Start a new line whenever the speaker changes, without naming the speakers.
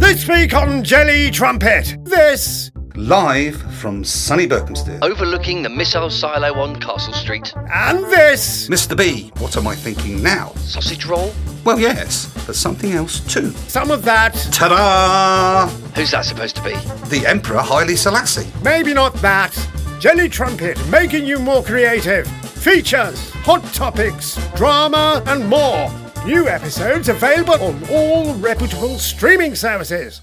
I speak on Jelly Trumpet. This
Live from sunny Berkhamsted.
Overlooking the missile silo on Castle Street.
and this.
Mr. B, what am I thinking now?
Sausage roll?
Well, yes, but something else too.
Some of that.
Ta da!
Who's that supposed to be?
The Emperor Haile Selassie.
Maybe not that. Jelly Trumpet, making you more creative. Features, hot topics, drama, and more. New episodes available on all reputable streaming services.